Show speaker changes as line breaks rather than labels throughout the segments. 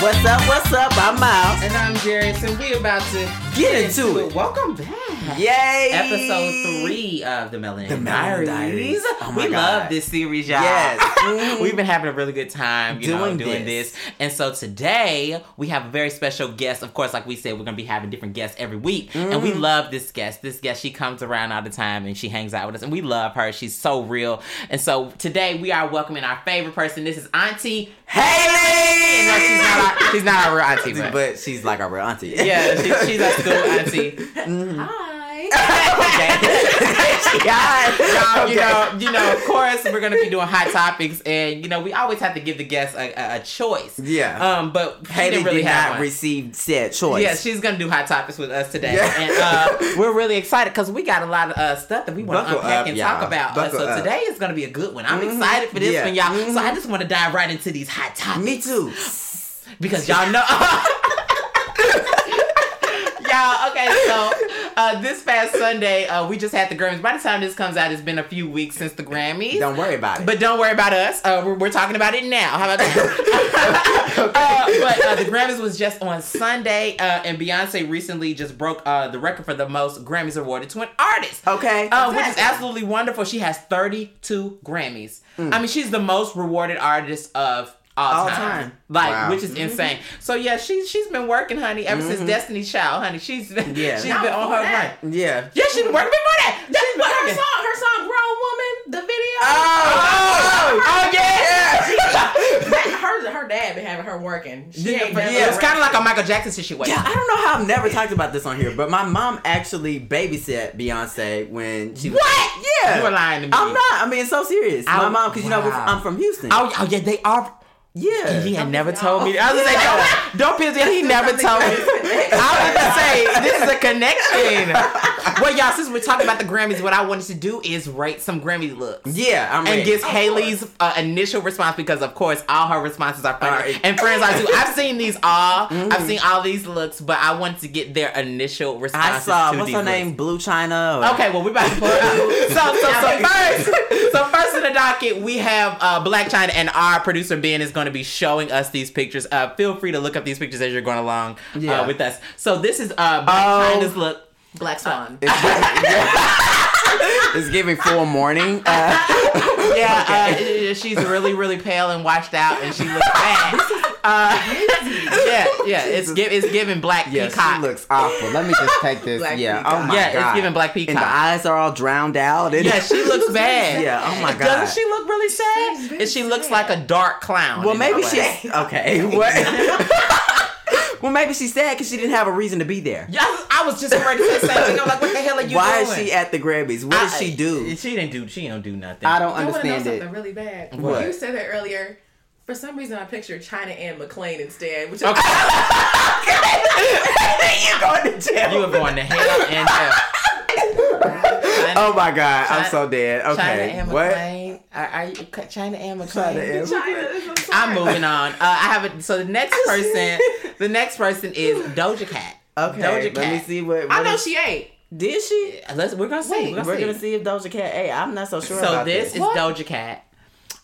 What's up? What's up? I'm Miles.
And I'm Darius, and we about to
Get into it.
Welcome back.
Yay!
Episode three of the Melanin,
The Melanin
Diaries.
Diaries. Oh my
we
God.
love this series, y'all.
Yes. Mhm.
We've been having a really good time, you
Doing
know, doing
this.
this. And so today we have a very special guest. Of course, like we said, we're gonna be having different guests every week. And
Mm-hmm.
we love this guest. This guest, she comes around all the time and she hangs out with us, and we love her. She's so real. And so today we are welcoming our favorite person. This is Auntie.
Haley!
No, she's not our, she's not our real auntie, but,
but she's like our real auntie.
yeah, she, she's our school auntie.
Mm-hmm.
Hi.
Y'all,
God.
you know, you know. Of course, we're gonna be doing hot topics, and you know, we always have to give the guests a, a, a choice.
Yeah.
Um, but she
Haley
didn't really
did
have
not
one.
receive said choice.
Yeah, she's gonna do hot topics with us today,
Yeah.
and uh, we're really excited because we got a lot of uh, stuff that we want to
Buckle
unpack
up,
and
y'all.
talk about. Uh,
Buckle
so
up.
today is gonna be a good one. I'm
Mhm.
excited for this
Yeah.
one, y'all.
Mhm.
So I just want to dive right into these hot topics.
Me too.
because y'all know. y'all, okay, so uh, this past Sunday, uh, we just had the Grammys. By the time this comes out, it's been a few weeks since the Grammys.
Don't worry about it.
but don't worry about us. Uh, we're, we're talking about it now. How about that? uh, but uh, the Grammys was just on Sunday, uh, and Beyonce recently just broke uh, the record for the most Grammys awarded to an artist.
okay.
Uh, which is absolutely wonderful. She has 32 Grammys. I mean, she's the most rewarded artist of all,
Hmm. All
time.
time.
Like,
Wow. Mm-hmm.
which is insane. So yeah, she's she's been working, honey, ever since Destiny's Child, honey. She's been
Yeah.
she's
Not
been on
before
her
that.
run.
yeah.
Yeah, she's been working before that. She's been
But her
working.
song, her song Grown Woman, the video.
Oh,
oh, yeah.
That- her, her dad been having her working. She
Yeah,
ain't done
it's
no
kind of
rap.
like a Michael Jackson situation.
Yeah, I don't know how I've never talked about this on here, but my mom actually babysat Beyonce when she was.
What?
Yeah.
You were lying to me.
I'm not. I mean, it's so serious. my
Oh,
mom, because you know,
wow.
I'm from Houston.
Oh, oh, yeah, they are.
yeah.
He had never
piss me
told me. I was like, don't, don't piss me. off. He never told me. I was gonna say this is a connection. well, y'all, since we're talking about the Grammys, what I wanted to do is rate some Grammy looks.
Yeah, I'm
And
ready.
gets
Of
Haley's uh, initial response because, of course, all her responses are funny.
All right. Mm.
And friends are too. I've seen these all. I've seen all these looks, but I wanted to get their initial response.
I saw
to
what's
these
her
looks.
name, Blue China. Or,
Okay, well, we about to pull it up. So, so, so first, so first in the docket, we have uh, Black China, and our producer Ben is going to be showing us these pictures. Uh, feel free to look up these pictures as you're going along uh,
Yeah.
with us. So this is uh, Black
Oh.
China's look.
Black Swan.
It's giving, it's giving full morning. Uh,
Yeah, uh, she's really, really pale and washed out, and she looks bad. Uh, yeah, yeah, it's give, it's giving black
yeah,
peacock.
she looks awful. Let me just take this.
Black
yeah.
peacock.
Oh my
yeah,
god.
it's giving black
and the
peacock.
eyes are all drowned out. It-
Yeah, she looks bad.
yeah. Oh my god.
Doesn't she look really
She's
sad?
very
And she looks
sad.
like a dark clown.
Well,
in a
maybe
way.
she's okay. What? well, maybe she's sad because she didn't have a reason to be there.
Yeah, I was just ready to say the same thing. I'm like, what the hell are you
Why
doing?
is she at the Grammys? What did
I-
she do?
She didn't do. She don't do nothing.
I don't
I want to know
understand it.
something really bad.
What?
You said that earlier. For some reason, I pictured China and McLean instead, which
Okay.
you going to jail?
You are going to hell and hell. China,
Oh my god, I'm
Chi-
so dead. Okay,
China and
what?
McLean. Are, are you China and McLean?
China and-
China is I'm sorry.
I'm moving on. Uh, I have a, so the next person. the next person is Doja Cat.
Okay,
Doja
let me
Cat.
see what.
I
what
know
is-
she ain't.
did she.
Let's. We're gonna see.
Wait,
We're
we're gonna see.
gonna see if Doja Cat. Hey, I'm not so sure.
So
about
this
this,
is
What?
Doja Cat.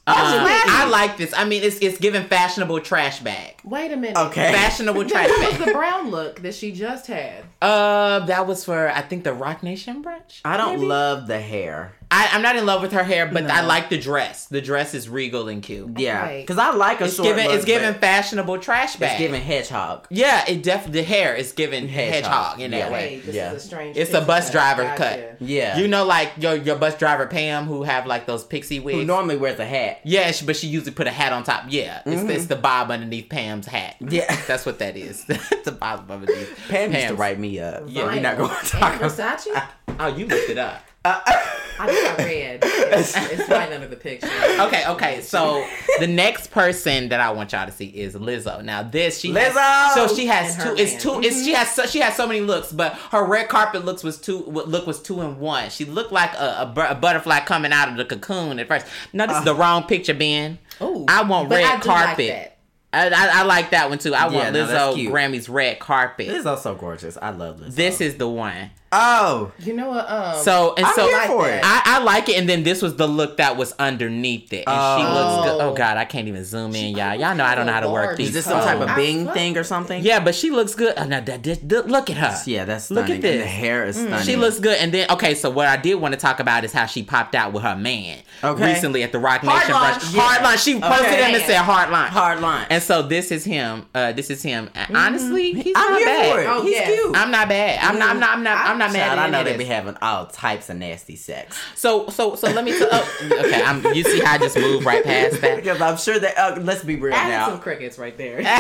That's
Um,
wacky.
I like this. I mean, it's it's giving fashionable trash bag.
Wait a minute.
okay.
Fashionable trash
What was
bag.
the brown look that she just had?
Uh, that was for I think the Rock Nation brunch.
I don't
maybe?
love the hair.
I, I'm not in love with her hair, but
No.
I like the dress. The dress is regal and cute.
Yeah,
Right.
because I like a
It's
short.
giving
look,
it's giving
but
fashionable trash
It's
bag.
giving hedgehog.
yeah, it definitely the hair is giving hedgehog,
Hedgehog.
in that
Yeah.
Hey,
way.
this
Yeah.
is a strange.
It's a
picture
bus
cut.
driver
Gotcha.
Yeah,
You know, like your your bus driver Pam, who have like those pixie wigs.
who normally wears a hat.
yeah, she, but she usually put a hat on top. Yeah, it's, it's the bob underneath Pam's hat.
Mm-hmm. Yeah.
that's what that is. the bob underneath.
Pam used to
Pam's.
write me up.
Yeah,
Yeah, we're not
Vinyl.
going to talk
And
about.
Versace.
Oh, you looked it up.
I think I read. It's, it's right under the picture.
Okay, okay. So the next person that I want y'all to see is Lizzo. Now this she has-
Lizzo!
so she has
And
two.
her Mm-hmm.
It's
man.
2 It's she has so, she has so many looks, but her red carpet looks was two. what Look was two and one. She looked like a, a, bu- a butterfly coming out of the cocoon at first. No, this is the wrong picture, Ben.
Uh. Ooh.
I want
But
red
I do like
carpet.
that.
I, I, I like that one too. I
Yeah,
want
no, that's
Lizzo
cute.
Grammy's red carpet.
Lizzo's so gorgeous. I love Lizzo.
This is the one.
Oh,
You know what? Um,
So and
I'm
so
here for it.
I, I like it, and then this was the look that was underneath it, and she
Oh.
looks good. Oh God, I can't even zoom in, y'all. Y'all know I don't know how to work
Barbie
these.
is this some type
phones.
of
I
Bing
fuck
thing or
with
something?
Yeah, but she looks good. Oh, no, that, that- that- look at her.
yeah, that's
Look at
stunning. And the
this. Mm.
hair is stunning.
She looks good, and then okay. So what I did want to talk about is how she popped out with her man
Okay.
recently at the Rock
Hard
Nation
line.
brunch.
Yeah.
Hard line. She posted
Okay.
him and said hard line.
hard line.
And so this is him. Uh, this is him. And Honestly,
Mm-hmm.
he's
I'm
not
here
bad.
for it.
Oh,
He's
yeah.
cute.
I'm not bad. I'm not. I'm not. I'm not. I'm not mad.
Child,
at
I
any
know
of
they
this.
be having all types of nasty sex.
So so so let me. T- oh, okay, I'm, you see how I just moved right past that.
Because I'm sure that uh, let's be real
added
now.
some crickets right there.
Now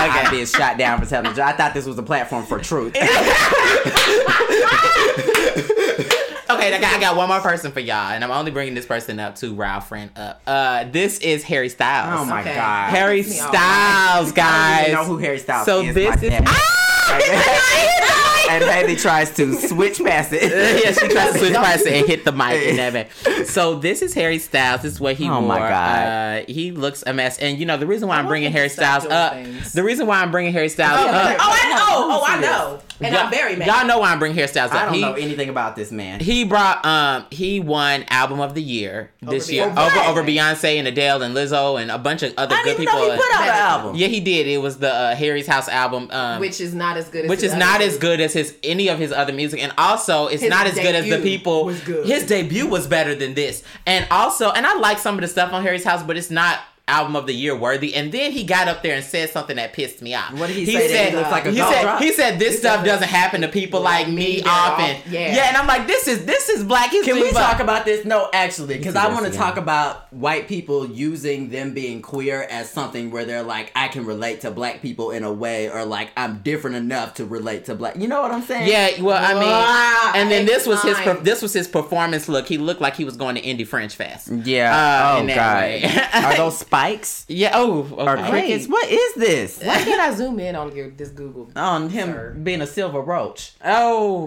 I've been shot down for telling the truth. I thought this was a platform for truth.
Okay, I got, I got one more person for y'all, and I'm only bringing this person up to Ralph friend up. Uh, this is Harry Styles.
Oh my
Okay.
god.
Harry
Piss me off.
Styles,
I don't
guys.
even know who Harry Styles
so
is.
this
my
is.
dad.
Ah! It's a guy,
and
it's a guy.
Haley tries to switch past it.
yeah, she tries to switch past it and hit the mic and everything. So this is Harry Styles. This is what he
Oh my
wore.
God.
Uh, he looks a mess. And you know the reason why I'm
want
bringing
him to
Harry Styles
stop doing
up.
things.
The reason why I'm bringing Harry Styles up.
oh, I know. Oh,
Who
I
is
know. And
y'all,
I'm very mad.
Y'all know why I'm bringing hairstyles up.
I don't
he,
know anything about this man.
he brought um he won album of the year this
Over
year
Beyonce.
over
Right.
over Beyonce and Adele and Lizzo and a bunch of other
I
good
didn't even
people. uh,
know he put out an
That-
album.
yeah, he did. It was the uh, Harry's House album, um, which
which is not as good. as
which
his
is not
other
as good as his any of his other music, and also it's
His
not as good as the
debut
people.
was good.
His debut was better than this, and also and I like some of the stuff on Harry's House, but it's not album of the year worthy. And then he got up there and said something that pissed me off.
What did he say that he looks like a
he
dog?
said he said this
He
stuff
said-
doesn't happen to people like me
Yeah.
often.
Yeah.
yeah, and I'm like, this is this is black history.
Can we
but-
talk about this? No, actually, because I
Yes,
want to
yeah.
talk about white people using them being queer as something where they're like, I can relate to black people in a way, or like I'm different enough to relate to black. You know what I'm saying?
Yeah, well, I mean,
Wow,
and then this was his per-
time.
this was his performance look. He looked like he was going to Indie French Fest.
Yeah.
Uh,
oh
in that
God.
way.
Are those spikes
Yeah. Oh,
or
okay.
crickets? What is this?
Why can't I zoom in on your this Google?
On him
Sir.
being a silver roach.
Oh,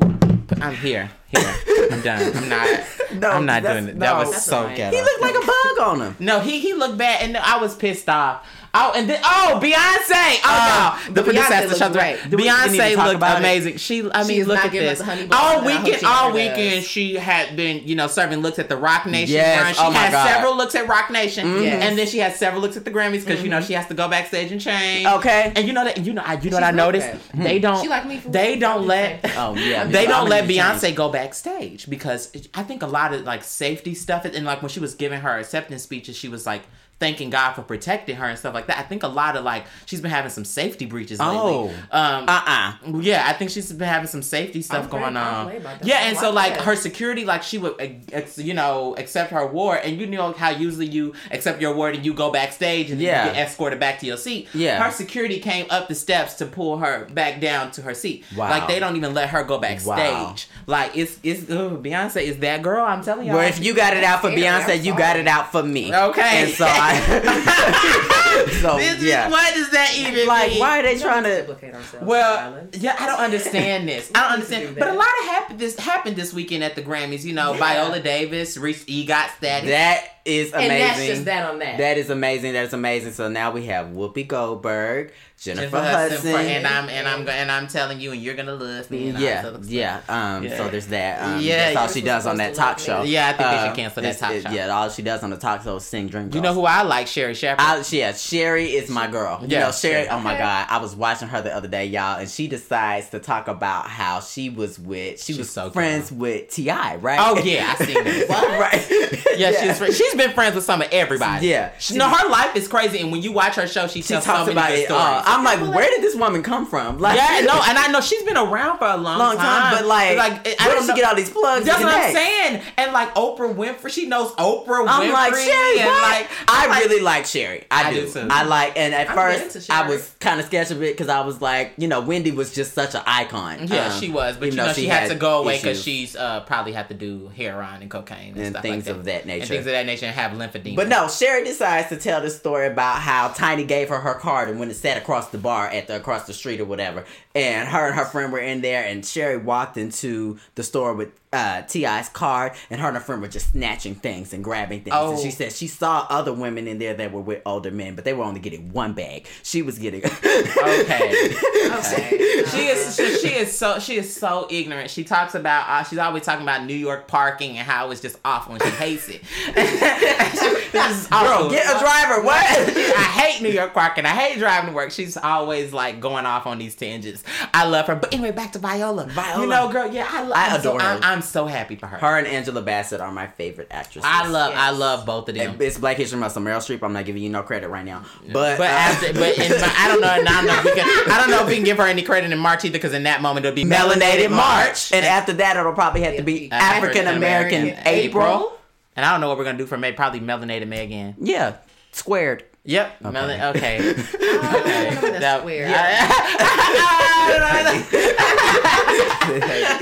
I'm here. Here. I'm done. I'm not.
No,
I'm not
that's-
doing it. That
no.
was
That's
so
annoying.
ghetto.
He looked like a bug on him.
no, he he looked bad, and I was pissed off. Oh, and then oh, Beyonce! Oh no, the
but
producer
Beyonce
has to shut
looked
the
great.
we even need
Beyonce
to talk
looked
about it?
amazing. She, I mean,
is
look
not
at
giving us
this.
a honey bun,
All
and I hope
weekend,
she
all
never does.
weekend, she had been, you know, serving looks at the Rock Nation.
Yes,
brunch. She
oh my
had
God. Mm-hmm.
several looks at Rock Nation,
Yes.
and then she had several looks at the Grammys because you know she has to go backstage and change.
Okay.
and you know that you know I you know what I
She's like
noticed
that.
they don't
She like me for
they
real.
don't let
Okay.
Oh yeah.
they
bitch,
don't
I'm
let
gonna need to
Beyonce
change.
go backstage because I think a lot of like safety stuff and like when she was giving her acceptance speeches, she was like thanking God for protecting her and stuff like that. I think a lot of like she's been having some safety breaches lately.
Oh.
Um,
Uh-uh.
yeah, I think she's been having some safety stuff
I'm very
going on.
confident about that.
Yeah,
I
and so
like
like
that.
her security, like she would, ex- ex- you know, accept her award, and you know how usually you accept your award and you go backstage and then
Yeah.
you get escorted back to your seat.
Yeah.
her security came up the steps to pull her back down to her seat.
Wow.
like they don't even let her go backstage. Like it's it's ugh, Beyonce is that girl. I'm telling y'all.
Well, if you got it out for
That's
Beyonce,
scary.
you got it out for me.
Okay.
And so I. so
This is-
yeah.
what does that even
like,
mean?
why are they trying
Don't
to?
duplicate ourselves,
Well,
Alan.
yeah, I don't understand this. I don't
We need to
understand.
do
But a
that.
lot of happened this happened this weekend at the Grammys. You know,
Yeah.
Viola Davis reached EGOT status.
That is amazing.
and that's just that on that.
That is amazing. That is amazing. So now we have Whoopi Goldberg, Jennifer,
Jennifer Hudson,
Hudson.
for- and I'm and I'm go- and I'm telling you, and you're gonna love me. And all this
yeah,
other stuff.
yeah. Um,
Yeah.
So there's that. Um,
Yeah,
that's all
yours
she
was
does on that
supposed
talk
to
show.
look
yeah. I think they
Uh,
should cancel that
it's-
talk
it-
show.
Yeah, all she does on the talk show is sing, drink.
You
girls.
know who I like, Sherry Shepherd.
I, yeah, Sherry is my girl. you
Yeah,
know, Sherry,
Sherry.
oh my
Okay.
God. I was watching her the other day, y'all, and she decides to talk about how she was with, she
She's
was
so good.
friends with T.I., right?
oh yeah, I seen
What?
it.
right.
Yeah, she's fri- she's been friends with some of everybody.
Yeah.
she, no, her life is crazy, and when you watch her show, she,
She
tells so
talks
many
about
good
it
stories.
all. I'm like,
Well,
where did this woman come from? Like,
yeah, no, and I know she's been around for a long,
long time, but like,
like I
where
don't
did
know.
she get all these plugs?
That's
and
what I'm
connects?
saying. And like Oprah Winfrey, she knows Oprah Winfrey.
I'm like Sherry.
and
what?
like
I
I'm like,
really like Sherry. I,
I
do.
do too.
I like, and at
I'm getting
first
to
I
Sherry.
was kind of sketchy of it because I was like, you know, Wendy was just such an icon.
Yeah,
um,
she was, but you
even
know
though
she, had, to go away
issues
because she's uh, probably had to do heroin and cocaine and,
and
stuff
things
like that.
of that nature.
and things of that nature. and have lymphedema.
But no, Sherry decides to tell this story about how Tiny gave her her card and when it sat across the bar at the across the street or whatever. And her and her friend were in there, and Sherry walked into the store with uh, Ti's card, and her and her friend were just snatching things and grabbing things. And
Oh.
she said she saw other women in there that were with older men, but they were only getting one bag. She was getting
Okay.
Okay.
She is she, she is so she is so ignorant. She talks about uh, she's always talking about New York parking and how it's just awful and she hates it. this is awful.
Girl, get a driver. What?
I hate New York parking. I hate driving to work. She's always like going off on these tangents. I love her. But anyway, back to Viola.
Viola.
You know, girl, yeah, I, love,
I
I'm so-
adore her.
I'm, I'm so happy for her.
Her and Angela Bassett are my favorite actresses.
I love I
Yes.
love both of them.
It's Black History Month, so Meryl Streep. I'm not giving you no credit right now, but uh,
But after, but in my, I don't know, and I don't know if we can, I don't know if we can give her any credit in March either, because in that moment it'll be
Melanated March, and after that, it'll probably have to be
Uh,
African American
African-American
April.
And I don't know what we're gonna do for May. Probably melanated May again.
Yeah, squared.
Yep. Okay. okay.
I don't know
That-
that's weird.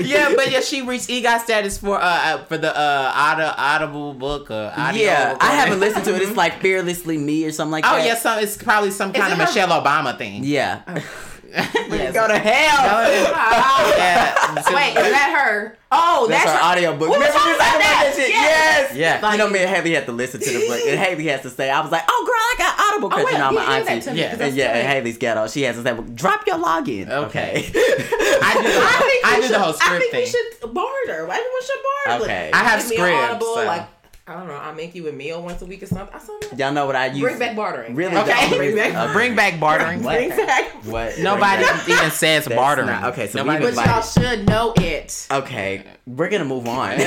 yeah,
yeah, but yeah, she reached EGOT status for uh, uh for the uh audio, audible book. Uh, audio
I haven't
recording.
listened to it. It's like fearlessly me or something like
Oh
that.
yeah, so it's probably some kind of
it her-
Michelle Obama thing.
yeah.
Yes.
Go to hell.
Yeah.
Oh, Wait, is that her?
Oh,
that's
our
her-
audio book. Remember
talking
we
about
talked
that.
shit?
Yes.
Yes.
Yeah.
You know, me and Heavy had to listen to the book, and Heavy has to say, "I was like, oh, girl, I got Audible because you
wait,
know
you
my
did that
auntie."
to me,
Yeah.
'cause I
And yeah,
still-
and Haley's ghetto. She has to say, well, "Drop your login."
Okay.
Okay.
I do the
I
whole,
think
I
we
do
should-
the whole
I
script
think
thing.
we should barter. Everyone should barter.
Okay.
I have
Give me an
scripts,
Audible,
so-
like I don't know. I make you a meal once a week or something. I something.
Y'all know what I use?
Bring back bartering.
Really?
Okay.
the-
Bring back,
uh,
bring back bartering.
Bring
back.
What?
Nobody
Bring back-
even says
That's
bartering.
not- okay, so we
Nobody.
But
even-
y'all should know it.
Okay, we're gonna move on.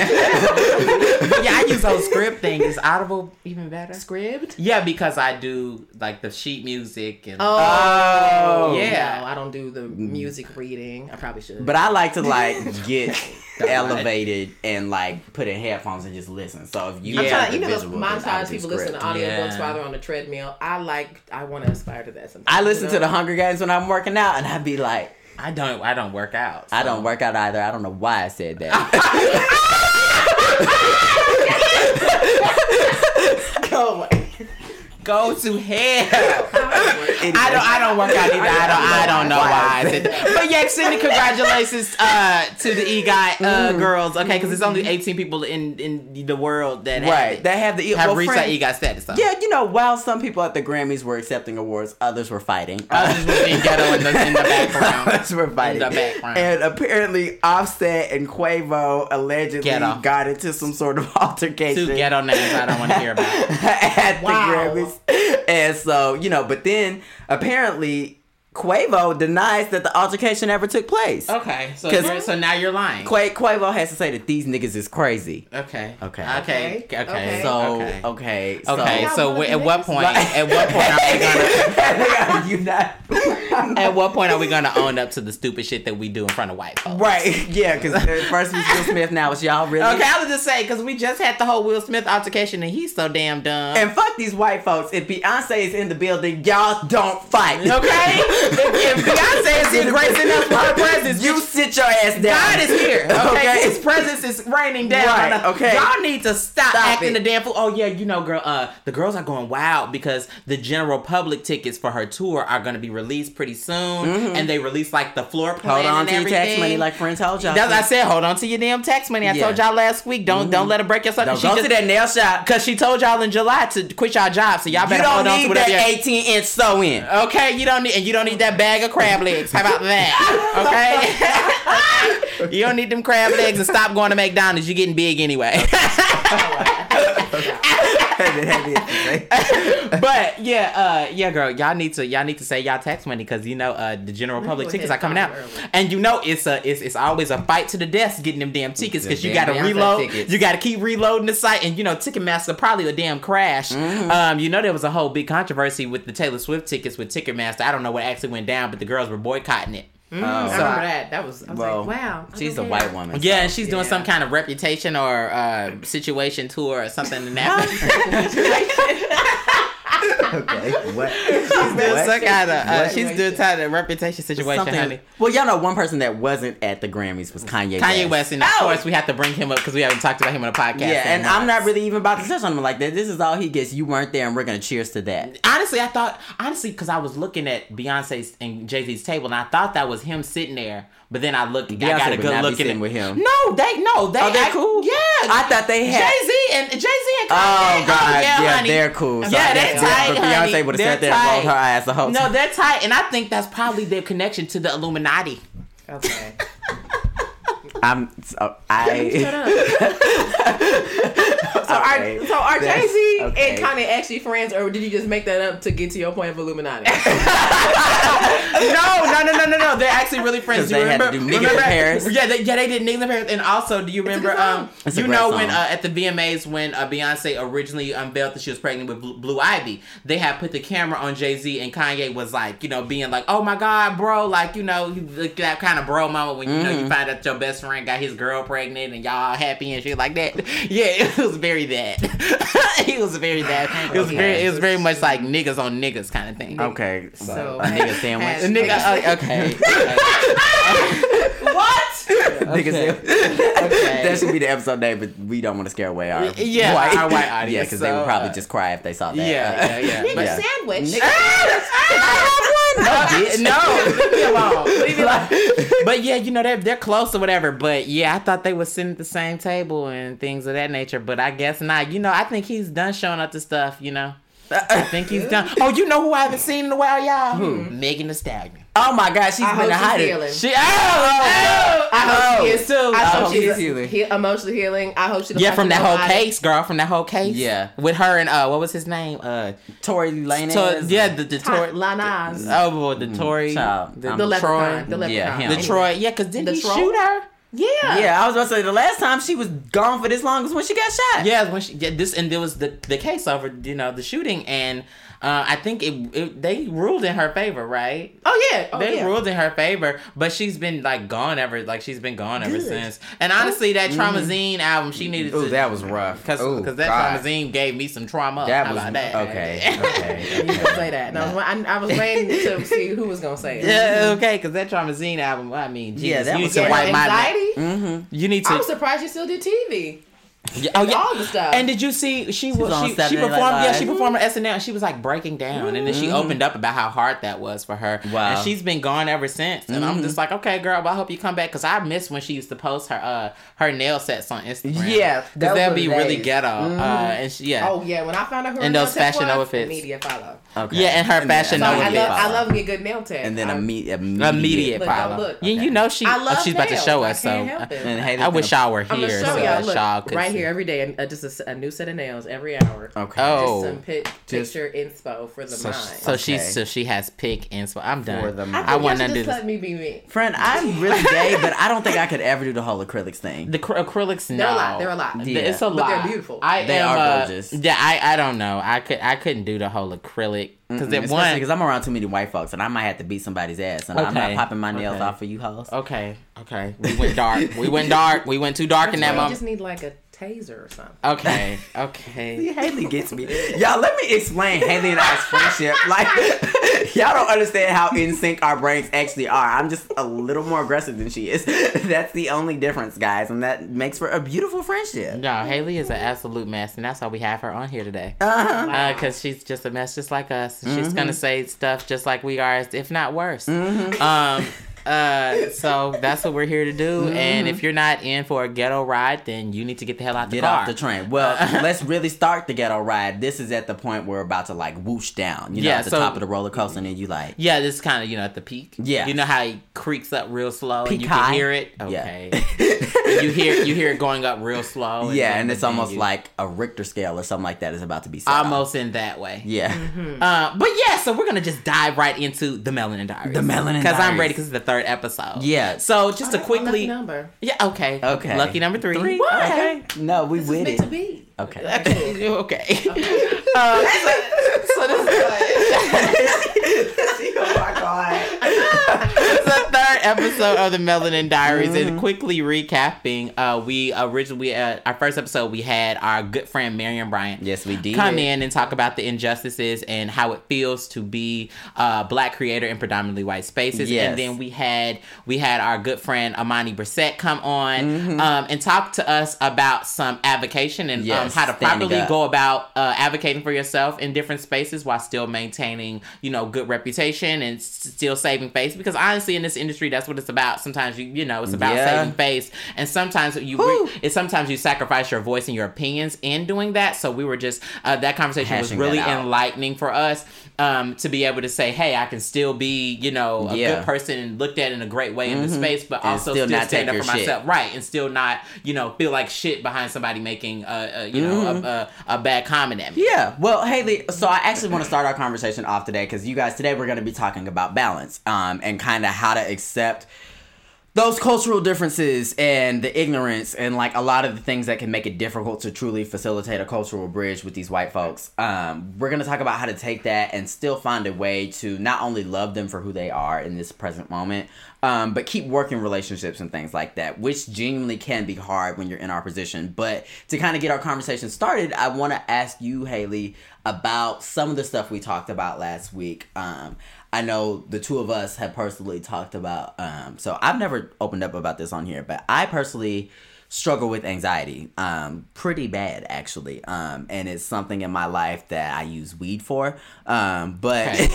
But yeah, I use the whole script thing. Is Audible even better?
Scribd.
Yeah, because I do like the sheet music and
Oh,
Oh. Mm.
Yeah.
No, I don't do the music reading. I probably should.
But I like to like get elevated and like put in headphones and just listen. So if you,
I'm
I'm
Yeah,
trying,
like
you
the
know those
visual, then I'll
montage
do
people
script.
listen to audiobooks
Yeah.
while they're on the treadmill. I like. I want to aspire to that. Sometimes
I listen
you
to
know?
the Hunger Games when I'm working out, and I'd be like,
I don't I don't work out.
I don't work out either. I don't know why I said that.
Go away.
Go to hell.
I
I don't. I don't work out either. I don't. I don't know why. I said that. But yeah, sending congratulations uh, to the EGOT uh, girls. Okay, because it's only 18 people in in the world that
right?
have, it,
They have the
have
well,
reached
friend-
that EGOT status. So.
Yeah, you know, while some people at the Grammys were accepting awards, others were fighting.
Others were being ghetto in the- in the background.
Others were fighting.
In the background.
And apparently, Offset and Quavo allegedly
Ghetto.
got into some sort of altercation.
Two ghetto names I don't want to hear about.
at the
Wow.
Grammys. And so, you know, but then apparently Quavo denies that the altercation ever took place.
Okay, so
'Cause-
you're- so now you're lying.
Qua- Quavo has to say that these niggas is crazy.
Okay.
Okay.
Okay. Okay.
Okay.
So,
okay.
okay. Okay.
Okay,
Yeah,
so
one of
we-
the
at what
niggas.
point? At what point are we gonna?
So, you not.
At what point are we gonna own up to the stupid shit that we do in front of white folks?
Right. Yeah, because first was Will Smith, now it's y'all really.
Okay, I was just saying because we just had the whole Will Smith altercation and he's so damn dumb.
And fuck these white folks. If Beyonce is in the building, y'all don't fight.
okay, if, if Beyonce is here gracing us with her presence,
You sit your ass down.
God is here. Okay,
Okay.
His presence is raining down.
Right,
on us.
okay.
y'all need to stop,
Stop
acting
it.
the damn fool. Oh yeah, you know, girl. Uh, the girls are going wild because the general public tickets for her tour are going to be released pretty soon, and they release like the floor plan
Mm-hmm. Hold on to
and
your tax
everything.
money, like friends told y'all.
That's what I said. Hold on to your damn tax money. I
Yeah. Mm-hmm.
told y'all last week. Don't don't let her break your sucker.
Don't go to that nail shop.
Cause she told y'all in July to quit y'all job, so y'all
You
better
don't
hold on to
need
whatever.
that
That
18 inch sew in.
okay, you don't need and you don't need that bag of crab legs. How about that? Okay, you don't need them crab legs and stop going to McDonald's. You're getting big anyway. but yeah, uh, yeah, girl, y'all need to y'all need to save y'all tax money because you know uh, the general public
go
tickets are
ahead
coming
and
out,
buy them early.
and you know it's a it's, it's always a fight to the death getting them damn tickets because you
Them
got
damn
to
Beyonce
reload,
tickets.
you got to keep reloading the site, and you know Ticketmaster probably a damn crash.
Mm-hmm.
Um, you know there was a whole big controversy with the Taylor Swift tickets with Ticketmaster. I don't know what actually went down, but the girls were boycotting it.
remember that. That was. I was
Mm, Well,
like, wow. I
She's a
don't
white
care.
woman.
Yeah, and she's doing
yeah.
some kind of reputation or uh, situation tour or something in that.
okay. What?
She's doing some kind of uh,
What?
she's doing kind of reputation situation, honey.
Something. Well, y'all know one person that wasn't at the Grammys was Kanye.
Kanye West, and of
Oh!
course we have to bring him up because we haven't talked about him on the podcast.
Yeah,
in
and I'm not
months.
really even about to touch on him like that. This is all he gets. You weren't there, and we're gonna cheers to that.
Honestly, I thought honestly because I was looking at Beyonce's and Jay Z's table, and I thought that was him sitting there. But then I looked, I
Beyonce
got a
would
good
not be
look at
sitting
it.
with him.
No, they no, they
Oh, they're
act-
cool?
Yeah,
I thought they
Jay
had.
Z and Jay Z and Kanye.
Oh God,
yeah,
yeah,
honey.
they're cool. So
Yeah,
I
they're
guess-
tight,
But Beyonce
honey.
would have
They're
sat there and rolled her
tight.
ass the whole
No,
time.
they're tight, and I think that's probably their connection to the Illuminati.
Okay.
I'm. So, I.
So are
Okay.
so are
That's-
Jay Z
okay.
and Kanye actually friends, or did you just make that up to get to your point of Illuminati?
no, no, no, no, no, no. They're actually really friends.
'Cause
Do you
they had to
remember?
do Niggas in
remember-
Paris.
Yeah, they, yeah, they did Niggas in Paris. And also, do you remember?
good
Um,
song.
It's a
you
great
know when
song.
uh, at the VMAs when uh, Beyonce originally unveiled that she was pregnant with Blue, Blue Ivy, they had put the camera on Jay Z and Kanye was like, you know, being like, oh my god, bro, like you know like that kind of bro moment when you know
Mm-hmm.
you find out your best friend got his girl pregnant and y'all happy and shit like that. Yeah, it was very that. it was very that. It was
Okay.
very. It was very much like niggas on niggas kind of thing.
Okay.
So-
So a nigga sandwich.
A nigga, uh, okay. okay.
what?
Nigga sandwich. That should be the episode name, but we don't want to scare away our
Yeah,
white,
our white
Yeah,
audience,
because they would
so,
probably
uh,
just cry if they saw that.
Yeah, yeah, yeah.
Nigga
Yeah.
sandwich.
bitch.
no, leave me alone. Leave me alone.
Like-
But yeah, you know they're they're close or whatever. But yeah, I thought they were sitting at the same table and things of that nature. But I guess not. You know, I think he's done showing up to stuff. You know, I think he's done. Oh, you know who I haven't seen in a while, y'all? Who? Megan Thee Stallion.
oh my God, she's
I
been a
hope she's
hiding.
healing.
She. Oh, oh,
I hope she
oh.
is too. I
I
hope
hope
she's
she's healing.
He, emotionally healing. I hope she. don't
Yeah,
have
from
to
that
know
whole
about it.
case, girl. From that whole case.
Yeah.
With her and uh, what was his name? Uh,
Tori Lane.
to, yeah, the, the Tory.
Tor- Lana's.
Oh, boy, the Tory.
Mm-hmm. Child.
The,
I'm
the
the
Troy.
leprechaun. Oh, The
him.
leprechaun.
The
Anyway.
Troy, yeah, because didn't
The
he
troll?
shoot her?
Yeah.
Yeah, I was about to say the last time she was gone for this long was when she got shot.
Yeah, when she, yeah, this and there was the the case over, you know, the shooting, and uh, I think it, it they ruled in her favor, right?
Oh yeah. Oh,
they
yeah.
ruled in her favor, but she's been like gone ever, like she's been gone ever
Good.
since. And honestly, that Traumazine album, she needed
Mm-hmm. Ooh,
to.
that was rough.
Cause,
Ooh,
'cause that
God.
Traumazine gave me some trauma.
That
How
was
about that?
okay. Okay.
You can say that. No, I, I was waiting to see who was gonna say it.
yeah, okay, because that Traumazine album, I mean, Jesus,
Yeah, that
you need
was
to
good.
wipe my. Mm-hmm.
anxiety.
mm-hmm.
You need to.
I'm surprised you still did TV.
Yeah, oh yeah,
all the stuff.
And did you see she was
on
she, she
Saturday Night
performed? Yeah, she
Live. Mm.
performed at SNL. And she was like breaking down, and then she opened up about how hard that was for her.
Wow. Mm.
And she's been gone ever since. And I'm just like, okay, girl, well, I hope you come back because I miss when she used to post her uh her nail sets on Instagram.
Yeah,
because
those
that'd
were
be
the
really
days.
ghetto. Uh,
Mm-hmm.
and she, yeah,
Oh yeah, when I found out who
And
her
those
nail tech
fashion
was,
outfits.
Media follow.
Okay.
Yeah, and her
then-
fashion
So
No,
I
media
love I
follow.
love me a good nail tech.
And then
I,
immediate,
immediate
Look,
follow.
I look.
Yeah, you know she.
I love
oh, she's about to
nails.
show
I
us. So
can't help it.
I-
And Hayden's
I wish
gonna-
y'all were
I'm
here
gonna
so
show y'all
that
look
y'all could
right
see.
here every day, and uh, just a s- a, new set of nails every hour.
Okay.
Oh.
Just some pic-
Just-
picture inspo for the
So,
mind.
so she
Okay.
so she has pick and so I'm done.
For the
I, think
mind.
I
y'all
want
should
to do
just
this.
let me be me.
Friend, I'm really gay, but I don't think I could ever do the whole acrylics thing.
The cr- acrylics, no,
They're a lot. They're a lot.
Yeah.
It's a
But
lot.
they're beautiful.
I
They
am,
are
uh,
gorgeous.
yeah, I, I don't know. I could I couldn't do the whole acrylic because it one.
because I'm around too many white folks, and I might have to beat somebody's ass, and I'm
Okay.
not popping my nails
Okay.
off for you hoes.
okay, okay, we went dark. we went dark. We went too dark in that
Well, you
moment.
just need like a taser or something.
Okay, okay.
Haley gets me. Y'all, let me explain Haley and I's friendship. Like, y'all don't understand how in sync our brains actually are. I'm just a little more aggressive than she is. That's the only difference, guys, and that makes for a beautiful friendship.
No, Haley is an absolute mess, and that's why we have her on here today.
Uh,
Uh-huh.
because she's just a mess, just like us. She's gonna
Mm-hmm.
say stuff just like we are, if not worse. Um, uh, so that's what we're here to do.
Mm-hmm.
And if you're not in for a ghetto ride, then you need to get the hell out the
Get
car.
off the train. Well, let's really start the ghetto ride. This is at the point we're about to like whoosh down, you know,
Yeah,
at the
so-
top of the roller coaster, and then you like.
yeah, this is kind of you know at the peak.
Yeah.
you know how it creaks up real slow, and
Peak
you
high.
can hear it.
Yeah.
Okay, you hear you hear it going up real slow.
yeah,
then-
and it's
then
almost
you-
like a Richter scale or something like that is about to be set off.
almost in that way.
Yeah.
Uh, but yeah, so we're gonna just dive right into the Melanin Diaries.
The Melanin
because I'm
Diaries.
ready because it's the third episode.
Yeah.
So just to
Oh,
quickly,
lucky number.
Yeah, okay.
Okay.
Lucky number three.
Okay.
Okay.
No, we
This is
with
meant to
it.
be.
Okay.
Okay. Um, so, so this, is,
oh my god.
this is the third episode of the Melanin Diaries.
Mm-hmm.
And quickly recapping, uh, we originally uh, our first episode we had our good friend Marion Bryant.
Yes, we did.
Come in and talk about the injustices and how it feels to be a black creator in predominantly white spaces.
Yes.
And then we had we had our good friend Amani Brissett come on
Mm-hmm.
um, and talk to us about some advocation and um,
Yes,
how to
standing
properly
up.
go about uh, advocating for yourself in different spaces while still maintaining, you know, good reputation and s- still saving face. Because honestly, in this industry, that's what it's about. Sometimes you, you know, it's about
Yeah.
saving face, and sometimes you,
Whew.
it's sometimes you sacrifice your voice and your opinions in doing that. So we were just uh, that conversation
Hashing that
was really
out.
enlightening for us um, to be able to say, hey, I can still be, you know, a
Yeah. Mm-hmm.
good person and looked at in a great way in the space, but
And
also
still
still,
not take
stand up
your
for
shit.
myself, right? And still not, you know, feel like shit behind somebody making, uh, uh, you
Mm-hmm.
know, a, a, a bad comment at me.
Yeah. Well, Haley, so I actually want to start our conversation off today because you guys, today we're going to be talking about balance um, and kind of how to accept those cultural differences and the ignorance and like a lot of the things that can make it difficult to truly facilitate a cultural bridge with these white folks. Um, we're going to talk about how to take that and still find a way to not only love them for who they are in this present moment, um, but keep working relationships and things like that, which genuinely can be hard when you're in our position. But to kind of get our conversation started, I want to ask you, Haley, about some of the stuff we talked about last week. Um, I know the two of us have personally talked about. Um, so I've never opened up about this on here, but I personally struggle with anxiety, um, pretty bad actually, um, and it's something in my life that I use weed for. Um, but
Okay.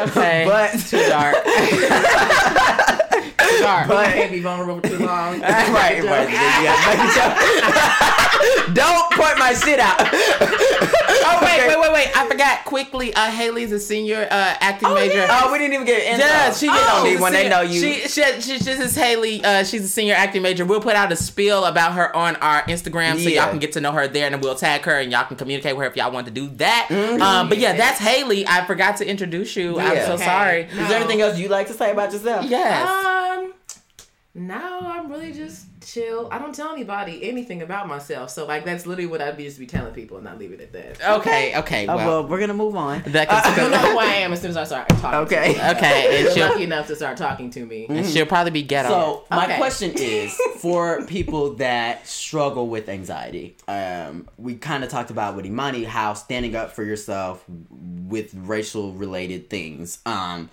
Okay.
But-
too dark. Too dark.
I can't be vulnerable for too long.
right, right. yeah, make a joke. Don't point my shit out.
oh wait, wait, wait, wait! I forgot quickly. Uh, Haley's a senior uh, acting major.
Oh, we didn't even get Oh, an intro.
Yeah, she
You don't need
she's a
when they
senior-
know you.
She, she, she, this is Haley. Uh, she's a senior acting major. We'll put out a spiel about her on our Instagram so
Yeah.
y'all can get to know her there, and then we'll tag her and y'all can communicate with her if y'all want to do that. Um, but yeah, that's Haley. I forgot to introduce you. I'm
Mm-hmm. Yeah.
so
Okay.
sorry.
Is there anything else you'd like to say about yourself?
Yes.
Um, now I'm really just chill. I don't tell anybody anything about myself. So like that's literally what I'd be just be telling people, and I leave it at that.
okay. Uh, Okay.
Oh,
well,
well, we're gonna move on.
that can
I don't know who I am as soon as I start talking.
Okay.
To you.
Okay, Mm-hmm. and
You're
she'll-
lucky enough to start talking to me.
and she'll probably be ghetto.
So my
Okay.
question is for people that struggle with anxiety. Um, we kind of talked about with Imani how standing up for yourself with racial related things. Um,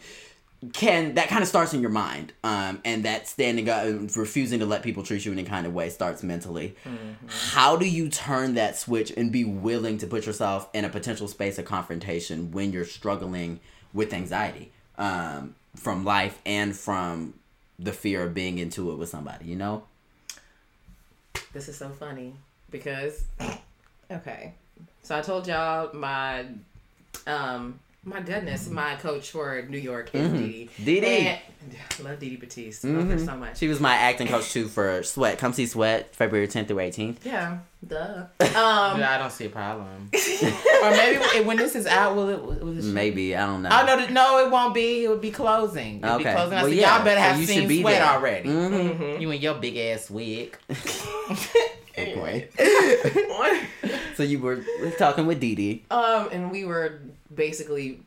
can that kind of starts in your mind, um, and that standing up and refusing to let people treat you in any kind of way starts mentally. How do you turn that switch and be willing to put yourself in a potential space of confrontation when you're struggling with anxiety um, from life and from the fear of being into it with somebody, you know?
This is so funny because okay. So I told y'all my um my goodness, my coach for New York is Didi.
Didi.
And, I love Didi Batiste. Love her so much.
She was my acting coach too for Sweat. Come see Sweat February 10th through 18th.
yeah. Duh. Um
I don't see a problem. or maybe it- when this is out, will it? Will it
Maybe, I don't know.
Oh no, no, it won't be. It would be closing. It'll be
Okay.
closing. I
Well,
said,
yeah.
y'all better
So
have
you should
seen
be
sweat
there. Mm-hmm.
already. You and your big ass wig.
Okay. so you were talking with Dee Dee.
Um, and we were basically,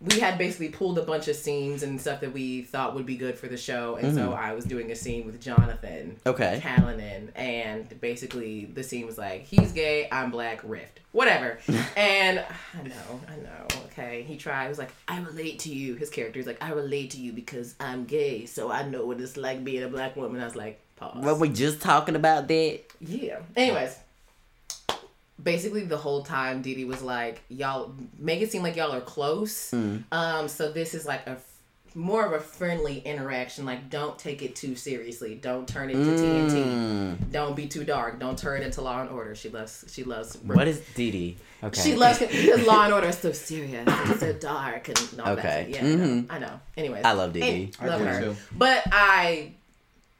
we had basically pulled a bunch of scenes and stuff that we thought would be good for the show, and so I was doing a scene with Jonathan
Okay.
Callanan, and basically the scene was like, he's gay, I'm black, rift, whatever. and I know, I know. Okay, he tried. He was like, I relate to you. His character is like, I relate to you because I'm gay, so I know what it's like being a black woman. I was like, pause.
Were we just talking about that?
Yeah. Anyways, basically the whole time Didi was like, "Y'all make it seem like y'all are close."
Hmm.
Um, so this is like a f- more of a friendly interaction. Like, don't take it too seriously. Don't turn it to
Hmm.
TNT. Don't be too dark. Don't turn it into Law and Order. She loves. She loves.
What is Dee Dee? Okay.
She loves because Law and Order is so serious, and so dark, and all
Okay. Mm-hmm.
that. Yeah, I know. I know. Anyways,
I love Dee Dee.
And- love
do
her.
too.
But I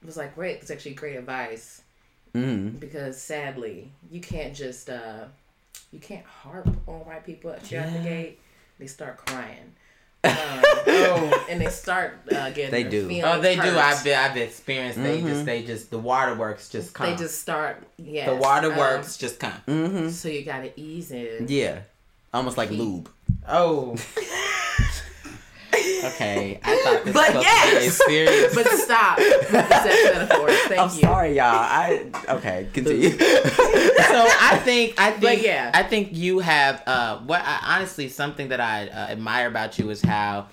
was like, great. It's actually great advice
Mm-hmm.
because sadly, you can't just uh, you can't harp on white people if you're out the gate. They start crying. Um, and they start uh, getting
Oh. They
their
do.
feelings
Oh, they do.
hurt.
I've been, I've experienced. They just, they just, the waterworks just come.
They just start. Yeah.
the waterworks just come.
Mm-hmm.
so you gotta ease in.
Yeah. Almost like lube.
Oh, Okay, I thought this
But
was
yes!
supposed to be serious.
But stop with the sex metaphors. Thank
I'm
you.
sorry, y'all. I okay, continue.
so I think I think
But yeah.
I think you have uh what I, honestly something that I uh, admire about you is how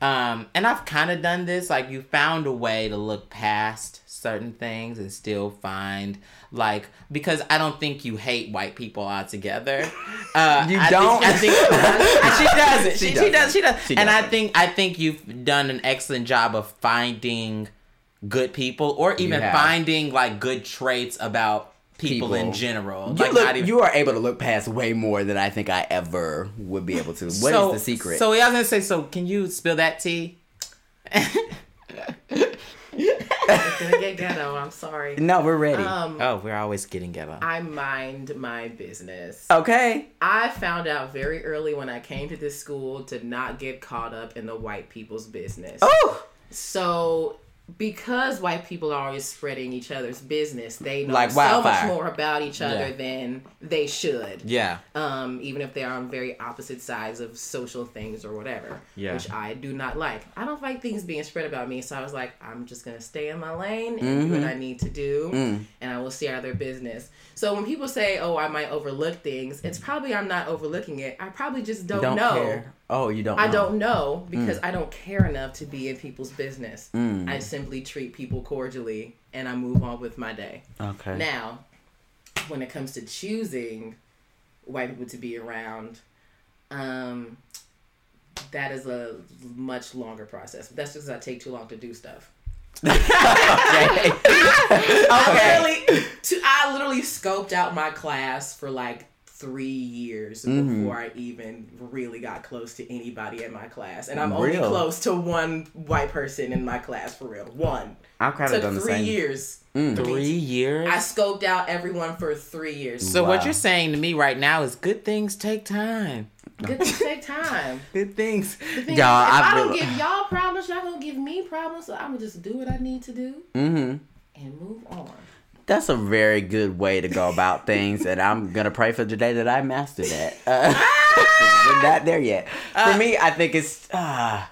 um and I've kind of done this like you found a way to look past certain things and still find like because I don't think you hate white people altogether. Uh,
You
I think-
don't?
I think she doesn't. She,
She
she
doesn't.
does. She does.
She
and I
doesn't.
think I think you've done an excellent job of finding good people or even
have.
finding like good traits about people, in
People.
general.
You
like
look,
not even
you are able to look past way more than I think I ever would be able to. What is
so,
the secret?
So yeah, I was gonna say, so can you spill that tea?
Gonna get ghetto. I'm sorry.
no, we're ready.
Um,
Oh, we're always getting ghetto.
I mind my business.
okay.
I found out very early when I came to this school to not get caught up in the white people's business.
Oh,
So because white people are always spreading each other's business, they know
Like
so much
wildfire.
more about each other
Yeah.
than they should.
yeah.
Um, even if they are on very opposite sides of social things or whatever.
Yeah.
Which I do not like. I don't like things being spread about me, so I was like, I'm just gonna stay in my lane and do what I need to do and I will stay out of their business. So when people say, Oh, I might overlook things, it's probably I'm not overlooking it. I probably just don't,
don't
know.
care. Oh, you don't.
I
know.
don't know because I don't care enough to be in people's business. I simply treat people cordially and I move on with my day.
Okay.
Now, when it comes to choosing white people to be around, um, that is a much longer process. But that's just 'cause I take too long to do stuff. I literally, to, I literally scoped out my class for like three years
Mm-hmm.
before I even really got close to anybody in my class, and I'm only
Real.
close to one white person in my class for real. One
I'm kind of
took
done the
three
same. Mm.
years.
Three years.
I scoped out everyone for three years.
so
Wow.
what you're saying to me right now is good things take time.
Good things take time.
Good things.
Thing
Y'all,
is, if
I
I, don't
really-
give y'all problems, y'all gonna give me problems. So I'm gonna just do what I need to do
Mm-hmm.
and move on.
That's a very good way to go about things, and I'm gonna pray for the day that I master that. Uh, we're not there yet. For me, I think it's. Uh,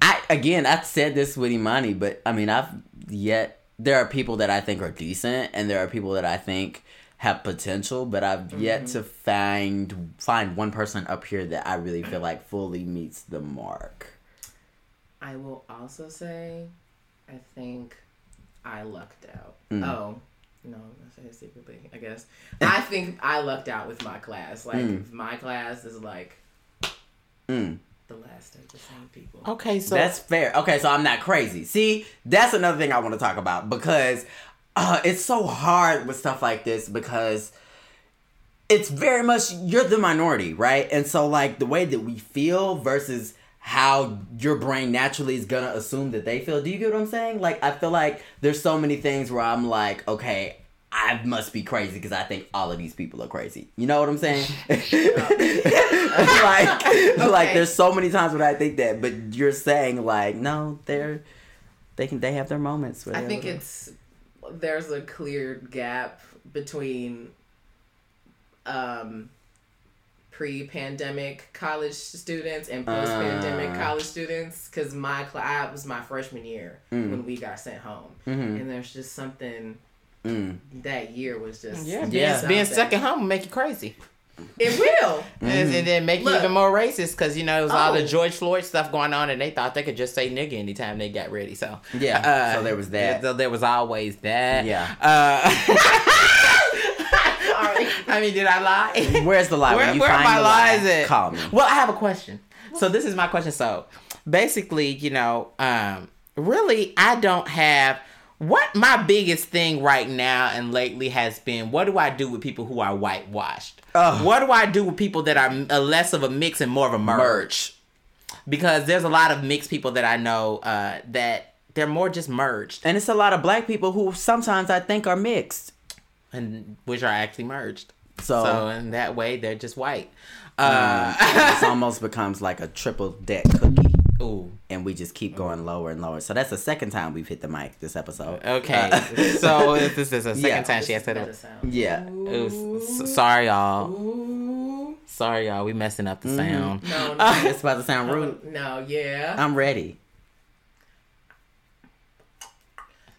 I again, I've said this with Imani, but I mean, I've yet there are people that I think are decent, and there are people that I think have potential, but I've yet to find find one person up here that I really feel like fully meets the mark.
I will also say, I think I lucked out.
Mm.
Oh. No, I'm not saying it secretly. I guess I think I lucked out with my class. Like
Mm.
my class is like the last of the same people.
Okay, so
that's fair. Okay, so I'm not crazy. See, that's another thing I want to talk about because uh, it's so hard with stuff like this because it's very much you're the minority, right? And so like the way that we feel versus how your brain naturally is gonna assume that they feel. Do you get what I'm saying? Like I feel like there's so many things where I'm like, okay, I must be crazy because I think all of these people are crazy. You know what I'm saying? like, like
Okay.
there's so many times when I think that, but you're saying like, no, they're they can they have their moments. where
I
they're
think
little.
it's there's a clear gap between um pre-pandemic college students and post-pandemic
Uh.
college students because my class was my freshman year when we got sent home and there's just something
Mm-hmm. Mm.
that year was just
yeah, being,
Yeah.
being
something.
stuck at home will make you crazy.
it will
And,
Mm.
and then make you
Look.
even more racist because you know it was all the
Oh.
George Floyd stuff going on, and they thought they could just say nigga anytime they got ready. So Uh,
Yeah, so there was
yeah,
that.
so there was always that.
Yeah.
Uh,
Sorry.
I mean, did I lie?
Where's the lie? When
where
you
where
find
my
the
lie
lie,
is it?
Call me.
Well, I have a question. So this is my question. So basically, you know, um, really, I don't have what my biggest thing right now and lately has been. What do I do with people who are whitewashed?
Ugh.
What do I do with people that are uh, less of a mix and more of a merge? because there's a lot of mixed people that I know uh, that they're more just merged
And it's a lot of black people who sometimes I think are mixed.
and which are actually merged.
So,
So in that way, they're just white. Uh,
it almost becomes like a triple deck cookie.
Ooh.
And we just keep going lower and lower. So that's the second time we've hit the mic this episode.
Okay.
Uh,
so this is the
Yeah.
second time she has said
Better
it.
sound.
yeah.
Ooh, s- Sorry, y'all.
Ooh.
Sorry, y'all. We messing up the
Mm-hmm.
sound.
No, no,
It's about to sound rude.
no, yeah.
I'm ready.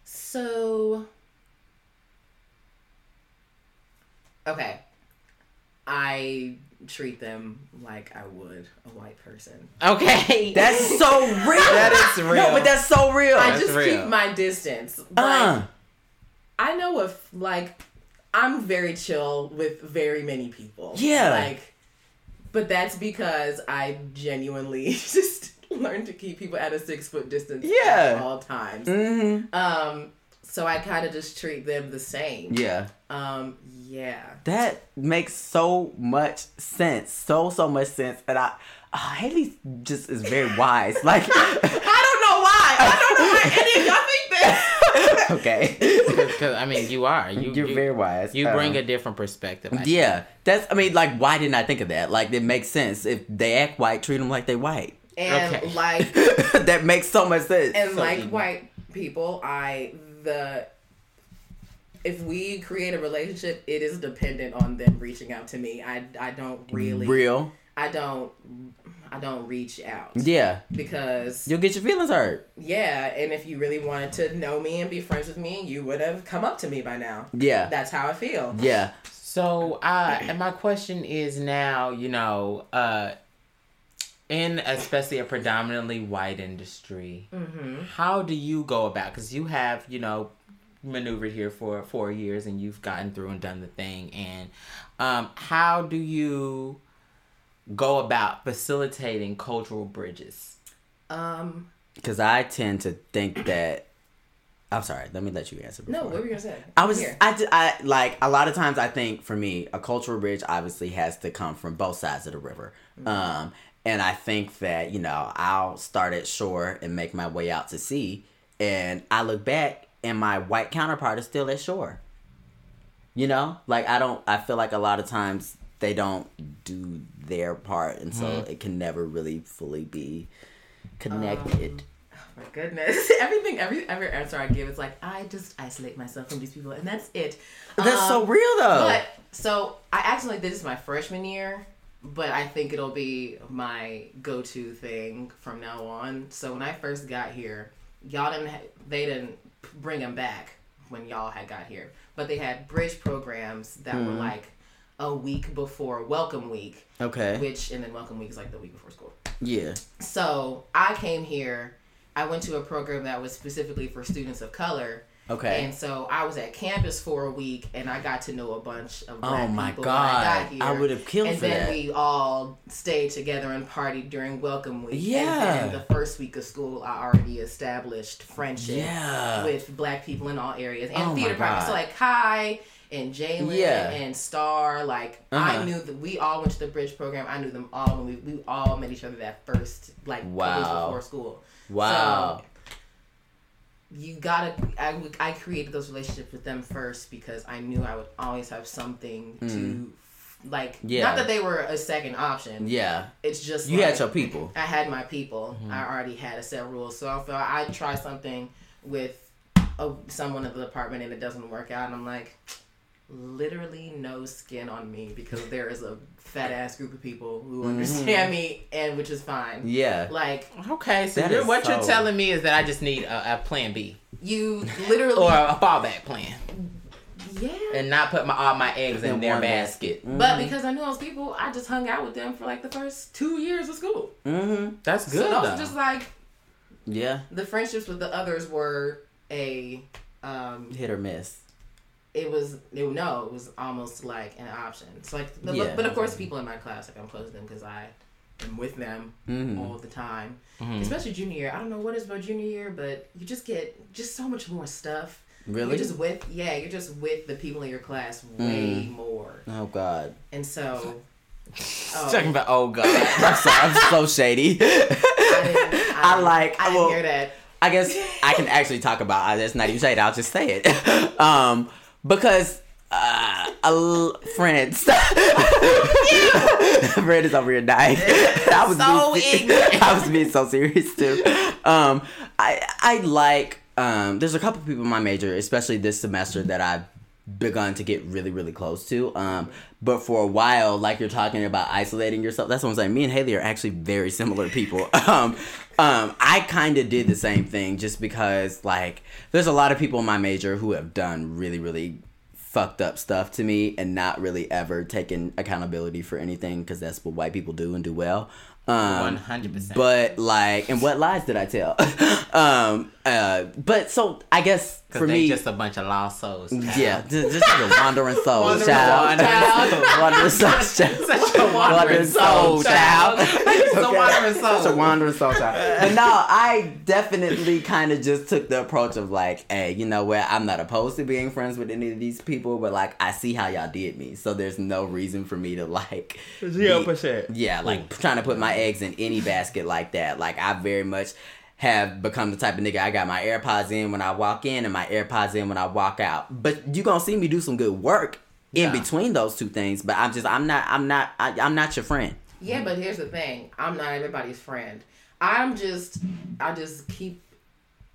So, okay, I treat them like I would a white person.
Okay.
That's so real.
That is real.
No, but that's so real.
I
That's
just
real.
keep my distance. Like,
uh,
I know if like I'm very chill with very many people.
Yeah.
Like, but that's because I genuinely just learned to keep people at a six foot distance.
Yeah.
At all times.
Mm-hmm.
mhm.
Um. So I kind of just treat them the same.
Yeah.
Um. Yeah.
That makes so much sense. So so much sense. And I uh, Haley just is very wise. Like
I don't know why. I don't know why any of y'all think that.
Okay.
Because I mean, you are. You,
You're
you-
very wise.
You bring
Um,
a different perspective. I think.
Yeah, that's. I mean, like, why didn't I think of that? Like, it makes sense if they act white, treat them like they white.
And
Okay.
like,
that makes so much sense.
and
So
like
evil.
white people, I the if we create a relationship, it is dependent on them reaching out to me. I I don't really
Real. Mm-hmm.
I don't I don't reach out
Yeah,
because
you'll get your feelings hurt.
yeah, and if you really wanted to know me and be friends with me, you would have come up to me by now.
Yeah,
That's how I feel.
yeah.
So, uh, and my question is now, you know, uh, in especially a predominantly white industry, how do you go about? Because you have, you know, maneuvered here for four years and you've gotten through and done the thing. And um, how do you go about facilitating cultural bridges?
Um,
Because I tend to think that. I'm sorry. Let me let you answer.
no,
Before.
what were you gonna say?
I was
Here.
I, ju- I like a lot of times I think for me a cultural bridge obviously has to come from both sides of the river.
Mm-hmm.
Um and I think that you know I'll start at shore and make my way out to sea and I look back and my white counterpart is still at shore. You know? Like I don't I feel like a lot of times they don't do their part and so
Mm-hmm.
it can never really fully be connected.
My goodness. Everything, every every answer I give, it's like I just isolate myself from these people, and that's it.
That's
Um,
so real though.
But so I actually like this is my freshman year, but I think it'll be my go-to thing from now on. So when I first got here, y'all didn't ha- they didn't bring them back when y'all had got here, but they had bridge programs that were like a week before Welcome Week,
okay.
which and then Welcome Week is like the week before school.
Yeah.
So I came here. I went to a program that was specifically for students of color.
Okay.
And so I was at campus for a week, and I got to know a bunch of black
Oh my
people
god!
when I got here.
would have killed
And
for
then
that.
we all stayed together and partied during welcome week.
Yeah.
And then the first week of school, I already established friendship
yeah.
with black people in all areas and
Uh, Oh my
theater practice.
God.
So like Kai and Jalen
Yeah.
and Star, like
Uh-huh.
I knew that we all went to the bridge program. I knew them all when we, we all met each other that first like couple weeks
Wow.
before school.
wow.
So, you gotta. I, w- I created those relationships with them first because I knew I would always have something to, like,
Mm. Yeah.
not that they were a second option.
yeah,
It's just
you
like,
had your people.
I had my people.
Mm-hmm.
I already had a set rule, so if I try something with a, someone in the department and it doesn't work out, and I'm like, literally no skin on me because there is a fat ass group of people
Mm-hmm.
who understand me, and which is fine.
Yeah.
Like
Okay, so
That
you're,
is
what you're
so-
telling me is that I just need a, a plan B
you literally,
or Mm-hmm. a fallback plan,
yeah.
and not put my all my eggs in
In
their
one
basket.
But because I knew those people, I just hung out with them for like the first two years of school.
Mm-hmm.
That's
so
good.
those
though.
were just like
Yeah.
the friendships with the others were a um
Hit or miss.
it was it, no, it was almost like an option. So like, the,
Yeah.
but of course, people in my class, like I'm close to them because I am with them
Mhm.
all the time.
Mm-hmm.
Especially junior year. I don't know what it's about junior year, but you just get just so much more stuff.
Really? Mm.
You're just with yeah, you're just with the people in your class way more,
Oh God.
and so. Oh,
talking about oh god.
I'm sorry. I'm so shady.
I, didn't,
I like-
I didn't
well-
hear that.
I guess I can actually talk about. I, that's not even shade. I'll just say it. Um, because uh, a l- friends. Red is over here dying. I was
So
being,
ignorant.
I was being so serious too. Um, I I like um. There's a couple people in my major, especially this semester, that I've begun to get really really close to um but for a while like you're talking about isolating yourself that's what i'm saying me and haley are actually very similar people um um i kind of did the same thing just because like there's a lot of people in my major who have done really really fucked up stuff to me and not really ever taken accountability for anything because that's what white people do and do well um
100%.
but like and what lies did i tell um uh but so i guess for
for they
me
just a bunch of lost souls.
yeah, this, this is a wandering soul,
Wandering
child.
soul.
wandering soul, child.
Such a
Wandering
wandering
soul,
soul,
child.
child. It's a
Okay.
wandering
Such a
soul.
wandering soul, child. But no, I definitely kind of just took the approach of like, hey, you know what? I'm not opposed to being friends with any of these people, but like, I see how y'all did me, so there's no reason for me to like. be- yeah, like trying to put my eggs in any basket like that. Like I very much have become the type of nigga I got my AirPods in when I walk in and my AirPods in when I walk out. But you gonna see me do some good work in
Yeah.
between those two things. But I'm just I'm not I'm not I, I'm not your friend.
Yeah, but here's the thing. I'm not everybody's friend. I'm just I just keep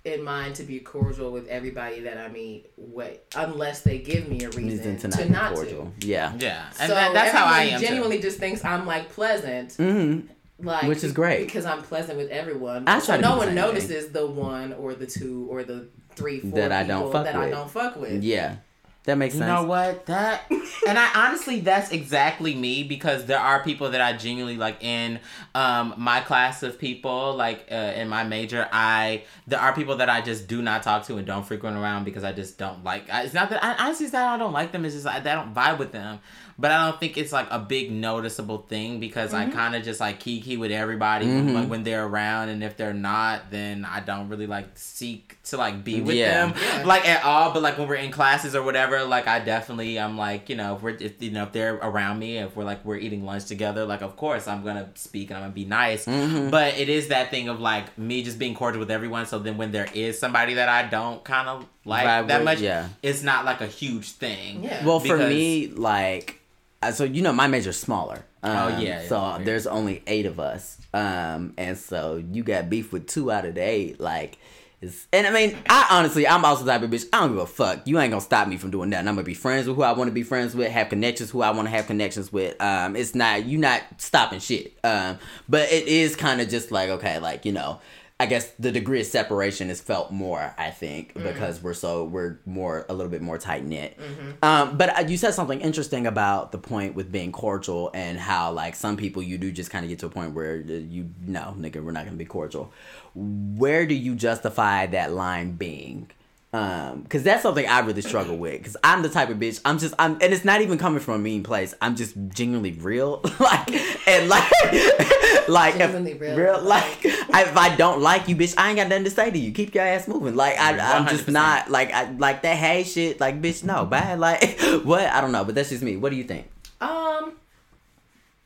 in mind to be cordial with everybody that I meet with unless they give me a reason,
Reason to not be cordial. Yeah.
Yeah, and
So
that, that's how I
everyone
am.
Genuinely
Genuinely,
just thinks I'm like pleasant.
Mm-hmm.
Like
Which is great.
Because I'm pleasant with everyone.
I try to
so
be
no
the
one
same way.
notices the one or the two or the three, four
That I don't
people
fuck
that
with.
I don't fuck with.
Yeah. That makes
you
sense.
know what? That and I honestly, that's exactly me because there are people that I genuinely like in um my class of people, like uh, in my major. I there are people that I just do not talk to and don't frequent around because I just don't like. I, it's not that I honestly it's not that I don't like them. It's just I, that I don't vibe with them. But I don't think it's like a big noticeable thing because I
Mm-hmm.
kind of just like kiki with everybody
Mhm.
like when they're around, and if they're not, then I don't really like seek to like be with
Yeah.
them
Yeah.
like at all. But like when we're in classes or whatever, like I definitely I'm like you know if we're if, you know if they're around me, if we're like we're eating lunch together, like of course I'm gonna speak and I'm gonna be nice.
Mhm.
But it is that thing of like me just being cordial with everyone. So then when there is somebody that I don't kind of like
Vibe
that
with,
much,
yeah.
it's not like a huge thing.
Yeah.
Well, for
Because-
me, like, uh, so you know, my major's smaller. Um,
Oh, yeah,
So
yeah, yeah.
there's only eight of us, um, and so you got beef with two out of the eight. Like, it's, and I mean, I honestly, I'm also the type of bitch. I don't give a fuck. You ain't gonna stop me from doing nothing. I'm gonna be friends with who I want to be friends with, have connections who I want to have connections with. Um, it's not you not stopping shit. Um, but it is kind of just like okay, like you know. I guess the degree of separation is felt more, I think,
Mm-hmm.
because we're so we're more a little bit more tight knit.
Mm-hmm.
Um, but uh, you said something interesting about the point with being cordial and how like some people you do just kind of get to a point where uh, you no nigga we're not gonna be cordial. Where do you justify that line being? Um, cause that's something I really struggle with. Cause I'm the type of bitch. I'm just I'm, and it's not even coming from a mean place. I'm just genuinely real, like and like like if-
Genuinely real.
like I, if I don't like you, bitch, I ain't got nothing to say to you. Keep your ass moving. Like I, I'm just
100%.
not like I like that hey shit. Like bitch, no, bye. Like what? I don't know, but that's just me. What do you think?
Um,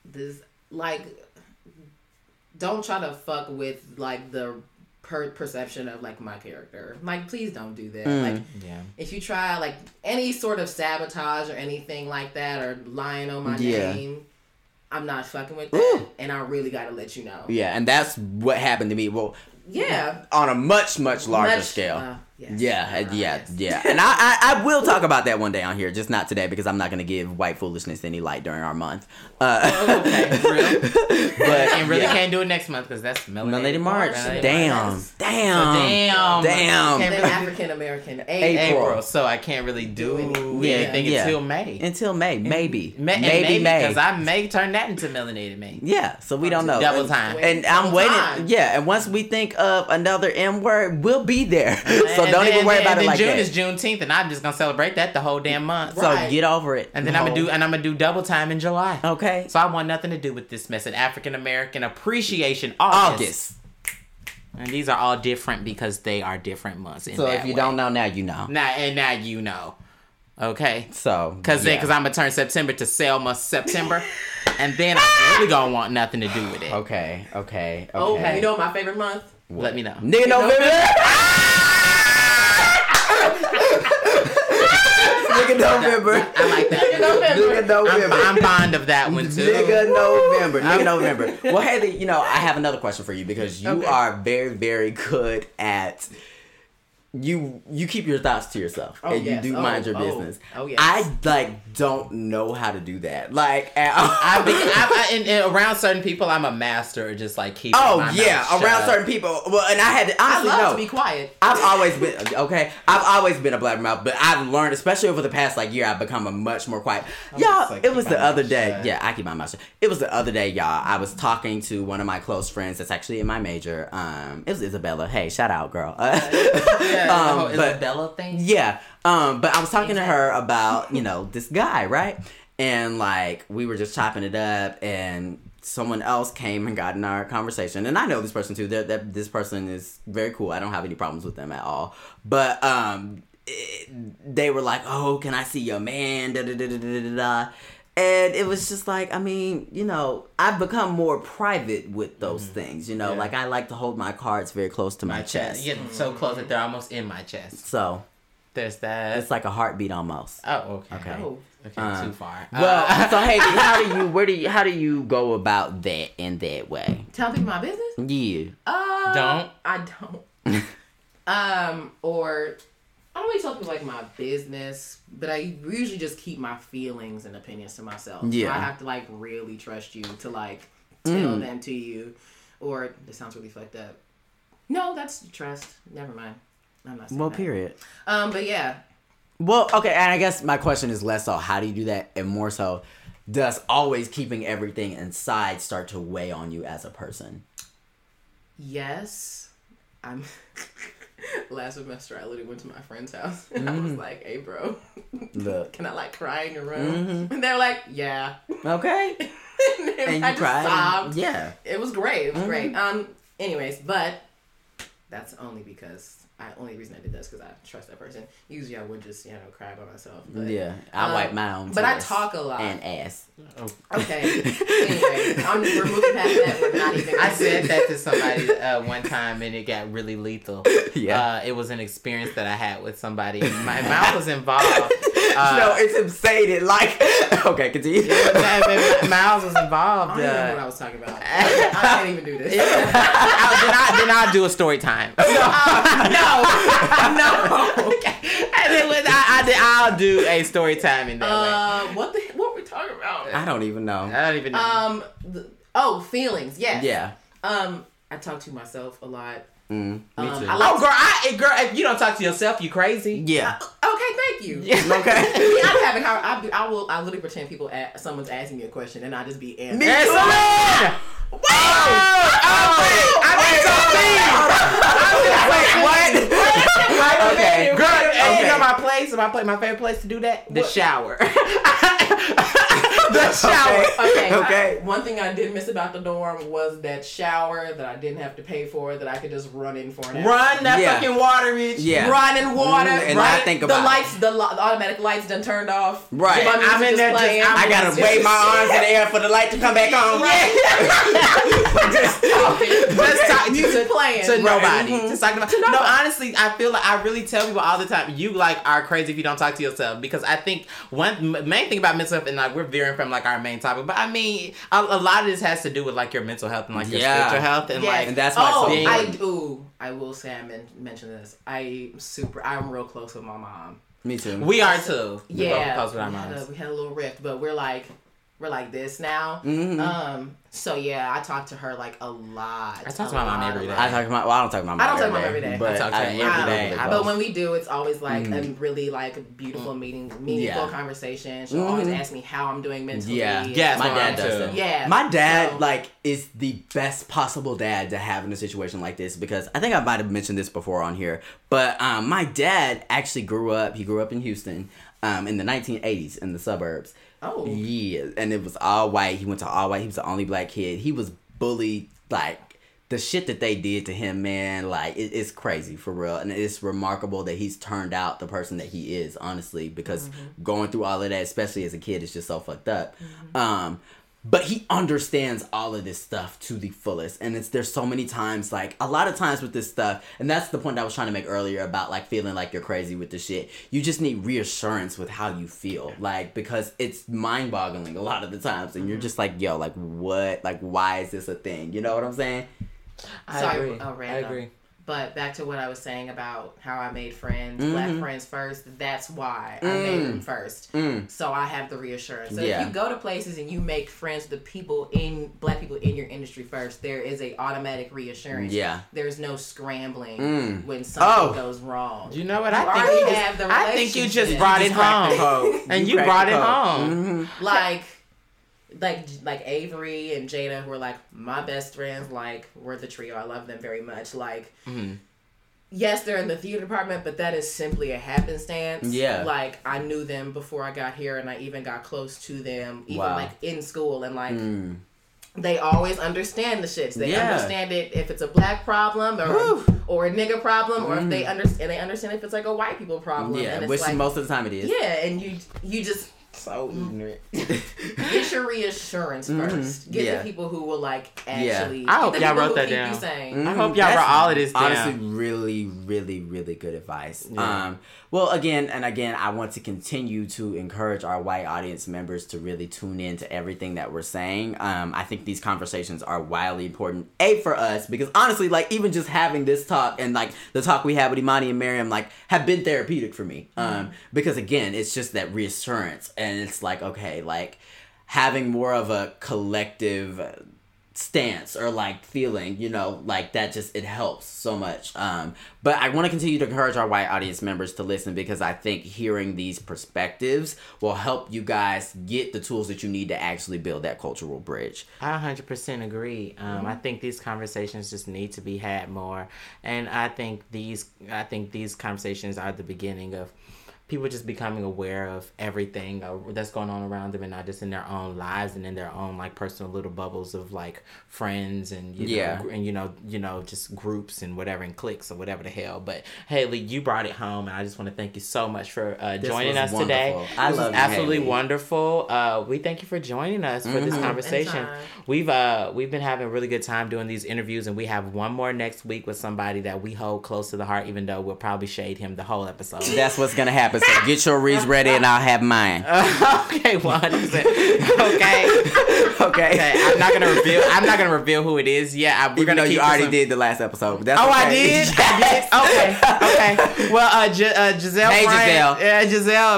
this like, don't try to fuck with like the per- perception of like my character. Like, please don't do that.
Mm.
Like,
Yeah.
if you try like any sort of sabotage or anything like that or lying on my
Yeah.
name, I'm not fucking with that, and I really gotta let you know.
Yeah, and that's what happened to me. Well,
Yeah,
on a much much larger
Much-
scale.
uh, yes.
yeah,
Uh,
yeah, yeah,
yes.
and I, I, I will talk about that one day on here, just not today because I'm not gonna give white foolishness any light during our month. Uh,
Oh, Okay. For real.
but
and really
yeah.
can't do it next month because that's Melanated,
Lady March.
Melanated
Damn,
March.
damn,
Damn.
damn.
And then African American,
April.
April.
April, so I can't really do
Doing
it.
anything
Yeah.
until May.
Until May, maybe,
Ma- and
maybe May.
because I may turn that into melanated May.
Yeah, so we don't know.
Double
and,
time.
And I'm
Double
waiting.
time.
Yeah, and once we think of another M word, we'll be there. so
And
don't
then-
even worry
and
about
then
it like
June
that.
is Juneteenth, and I'm just gonna celebrate that the whole damn month.
so
So,
Right.
get over it.
and then I'm gonna do, and I'm gonna do double time in July.
Okay.
So I want nothing to do with this mess. An African American Appreciation August.
August.
and these are all different because they are different months. In
So if you don't know now, you know.
now and now you know, okay.
So
Cause then,
yeah.
cause I'm gonna turn September to Selma September, and then I really gonna want nothing to do with it.
okay, okay, okay.
Oh, you know my favorite month.
Let me know.
Nigga November. Nigga November.
I like that.
Nigga
I'm,
November.
I'm fond of that one too.
Nigga November. Nigga November. Well, Haley, you know, I have another question for you because you
Okay.
are very, very good at you you keep your thoughts to yourself
Oh,
and
yes.
you do
Oh,
mind your
oh.
business.
Oh, yes.
I like don't know how to do that. Like at all.
I, be, I, I and, and around certain people, I'm a master of just like keeping.
oh
my mouth
yeah,
shut.
around certain people. Well, and I had to
I
honestly
love
no.
to be quiet.
I've always been okay. I've always been a blabbermouth, but I've learned, especially over the past like year, I've become a much more quiet. y'all,
just, like,
it was
keep my
the other
mouth
day.
shut.
Yeah, I keep my mouth shut. It was the other day, y'all. I was talking to one of my close friends that's actually in my major. Um, it was Isabella. Hey, shout out, girl. Uh,
yeah, the
um,
whole
but-
Isabella thing.
yeah. Um, but I was talking to her about, you know, this guy, right? And like we were just chopping it up and someone else came and got in our conversation. And I know this person too. That that this person is very cool. I don't have any problems with them at all. But um it- they were like, "Oh, can I see your man?" Da da da da da da. da. And it was just like, I mean, you know, I've become more private with those things. You know,
Mm-hmm. Yeah.
like I like to hold my cards very close to my,
my
chest.
chest. Yeah, so close that they're almost in my chest.
So
There's that.
it's like a heartbeat almost.
oh, okay. Um,
Okay.
Oh.
Okay,
Uh,
too far.
Well,
Uh,
so Haley, how do you where do you how do you go about that in that way?
Tell people my business?
Yeah.
Uh,
Don't.
I don't. um, or I don't really tell people like my business, but I usually just keep my feelings and opinions to myself.
Yeah. Mm.
So I have to like really trust you to like tell them to you. Or this sounds really fucked up. No, that's trust. Never mind. I'm not saying
Well,
that.
period.
Um, but yeah,
Well, okay, and I guess my question is less so how do you do that and more so does always keeping everything inside start to weigh on you as a person?
yes, I'm. Last semester, I literally went to my friend's house and I was
Mm.
like, "Hey, bro,
Look.
can I like cry in your room?"
Mm-hmm.
And they were like, "Yeah."
Okay.
and
And you
I just
cried. and-
sobbed.
yeah. Mm-hmm.
It was great. It was great. Um. Anyways, but that's only because I only reason I did this because I trust that person. Usually, I would just you know cry by myself. But,
Yeah. I
um,
wipe my own.
But I
tears
talk a lot.
and ass.
okay. anyway, I'm, we're moving past that. We're not even.
I said that to somebody uh, one time and it got really lethal.
Yeah.
Uh, it was an experience that I had with somebody. My mouth was involved. Uh,
no, it's insane. It like okay, continue.
my- my- Miles was
I
involved.
don't even know
Uh,
what I was talking about. I can't even do this.
I, then, I, then I'll do a story time. No, no, no. And then when I, I, I'll do a story time in that way.
Uh, what the what were we talking about?
I don't even know.
I don't even know.
Um. The, oh, feelings. Yes.
yeah.
Um. I talk to myself a lot.
Mm, me
Um,
too.
I like-
oh, girl, I, girl, if you don't talk to yourself, you crazy.
yeah.
Okay. Thank you.
okay.
See, I'm having how I, be- I will I literally pretend people a someone's asking me a question and I just be answering.
Yes,
too.
man. Oh, oh, wait, I meant to
Wait,
leave.
what?
Okay,
okay.
girl, and you
Okay.
know my place, my place, my favorite place to do that, the shower, the shower.
Okay.
Okay.
I- one thing I did miss about the dorm was that shower that I didn't have to pay for that I could just run in for an hour.
Run that
Yeah.
fucking water, bitch.
Yeah.
Run in water.
Mm, and
right?
not think
the
about it.
lights, the, lo- the automatic lights done turned off.
Right.
My music's
I'm in
just
there just-
playing.
I'm
I gotta wave my arms in the air for the light to come back on.
Just talk
Music playing.
to
Right.
nobody.
Mhm.
Just talking about. No, honestly, I feel like I really tell people all the time, you like are crazy if you don't talk to yourself because I think one m- main thing about mental health and like we're veering from like our main topic, but I mean a, a lot of this has to do with like your mental health and like your
Yeah.
spiritual health and
Yes.
like
And that's why it's
oh,
so
I
important.
do. I will say I men- mentioned this. I super. I'm real close with my mom.
Me too.
we are too. We're both
yeah,
close with our
we, had
minds.
a, we had a little rift, but we're like, we're like this now.
Mhm.
Um, so yeah, I talk to her like a lot.
I talk to
a
my mom
lot,
every
a
day.
lot.
I talk to my. Well, I don't talk to my mom.
I don't talk to my mom every day.
But
I talk to
I,
her
every
Um,
day.
I-
but
but when we do, it's always like a really like beautiful meeting, meaningful
Mm. Yeah. Mm-hmm.
conversation. She'll always ask me how I'm doing mentally.
Yeah.
Yes,
my
mom,
dad does
too.
that.
Yeah,
My dad,
so-
like, is the best possible dad to have in a situation like this because I think I might have mentioned this before on here, but um, my dad actually grew up. He grew up in Houston, um, in the 1980s in the suburbs.
Oh.
yeah, and it was all white. He went to all white. He was the only black kid. He was bullied like the shit that they did to him, man, like it, it's crazy for real, and it's remarkable that he's turned out the person that he is, honestly, because going through all of that, especially as a kid, is just so fucked up. Um, but he understands all of this stuff to the fullest, and it's there's so many times, like a lot of times with this stuff, and that's the point I was trying to make earlier about like feeling like you're crazy with the shit. You just need reassurance with how you feel, like because it's mind boggling a lot of the times,
Mm-hmm.
and you're just like, yo, like what, like why is this a thing? You know what I'm saying?
I
Sorry,
agree.
uh,
I
random.
agree.
But back to what I was saying about how I made friends,
Mm-hmm.
black friends first. That's why I made them first.
Mm.
So I have the reassurance. So
Mm. Yeah.
if you go to places and you make friends with the people in black people in your industry first, there is a automatic reassurance.
Mm, Yeah.
There's no scrambling when something
Oh.
goes wrong.
You know what? I
already
think you
have
just,
the
I think you just
relationship.
brought it
You cracked the
home.
code.
And you
cracked
brought
the
it
code.
home.
like like like Avery and Jada were like my best friends like we're the trio I love them very much like yes they're in the theater department but that is simply a happenstance
Yeah.
like I knew them before I got here and I even got close to them even
Wow. Mm.
like in school and like
Mm-hmm.
Mm.
they always understand the shits they
Yeah.
understand it if it's a black problem or
Woo.
or a nigga problem or if they understand they understand if it's like a white people problem
Mm.
and
Yeah,
it's
which
like
most of the time it is.
yeah and you you just
So ignorant.
get your reassurance first. Get
Mm-hmm. Yeah.
the people who will like
Yeah. Mm-hmm.
actually.
I
get
hope
the
y'all
people
wrote
who
that
keep
down.
you sane.
I hope y'all wrote all of this down.
Mm, Honestly, really, really, really good advice. Um, well, again and again, I want to continue to encourage our white audience members to really tune in to everything that we're saying. Um, I think these conversations are wildly important. A for us because honestly, like even just having this talk and like the talk we had with Imani and Miriam, like have been therapeutic for me.
Mm.
Um, because again, it's just that reassurance, and it's like okay, like having more of a collective. uh, stance or like feeling you know like that just it helps so much um but i want to continue to encourage our white audience members to listen because i think hearing these perspectives will help you guys get the tools that you need to actually build that cultural bridge
I 100% agree. Um,
Mm-hmm.
I think these conversations just need to be had more, and I think these I think these conversations are the beginning of people just becoming aware of everything uh, that's going on around them, and not just in their own lives and in their own like personal little bubbles of like friends and you
Yeah.
know, gr- and you know you know just groups and whatever and cliques or whatever the hell. But Haley, you brought it home, and I just want to thank you so much for uh, joining
was
us today.
wonderful. I
This was
love you,
absolutely
Haley. Mm-hmm.
wonderful. Uh, we thank you for joining us for this conversation.
Anytime.
We've uh we've been having a really good time doing these interviews, and we have one more next week with somebody that we hold close to the heart, even though we'll probably shade him the whole episode.
that's what's gonna happen so get your reads ready and i'll have mine
okay, one hundred percent. Okay, okay.
okay
I'm not gonna reveal. I'm not gonna reveal who it is yet. I, we're
even
gonna
though
keep
you
this
already
on-
did the last episode but that's
Oh, I
okay.
did. I did. Okay. Okay. Well, uh, Gi- uh, Giselle.
Hey,
Bryant,
Giselle.
Uh,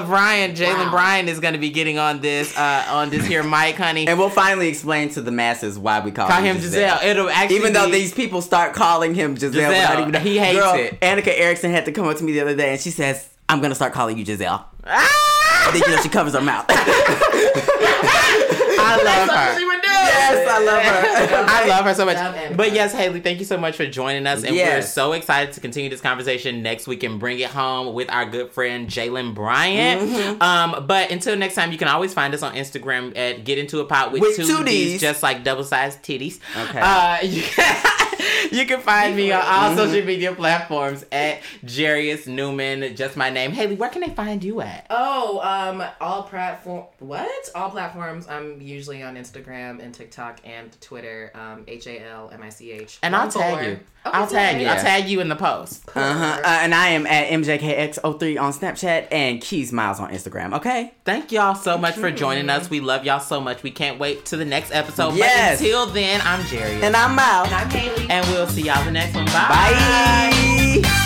Giselle Bryant. Jalen
Wow.
Bryan is gonna be getting on this uh, on this here mic, honey.
and we'll finally explain to the masses why we call,
Call him Giselle. It'll actually
Even though
be-
these people start calling him Giselle,
Giselle.
without even
He hates
Girl,
it.
Annika Erickson had to come up to me the other day and she says, "I'm gonna start calling you Giselle."
Ah!
Then you know she covers her mouth. Uh-huh.
I love
That's
her.
what we were doing.
yes, I love her.
I love her so
Love
much.
Annika.
But yes, Haley, thank you so much for joining us. And we're
Yes.
so excited to continue this conversation next week and bring it home with our good friend Jalen Bryant.
Mm-hmm.
Um, but until next time, you can always find us on Instagram at Get Into a Pot with,
With
two
two
D's,
Ds.
just like double sized titties.
Okay.
Uh, you, you can find me on all
Mhm.
social media platforms at Jarius Newman, just my name. Haley, where can they find you at?
Oh, um, all platform. What? All platforms. I'm usually on Instagram and TikTok and Twitter. Um, H A L M I C H.
And I'll tag you.
Oh,
I'll tag you. I'll tag you in the post.
Uh-huh. Uh, and I am at MJKX03 on Snapchat and Keys Miles on Instagram. Okay.
Thank y'all so much for joining us. We love y'all so much. We can't wait to the next episode.
Yes.
But until then, I'm Jerry.
And I'm out.
And I'm Haley.
And we'll see y'all the next one.
Bye.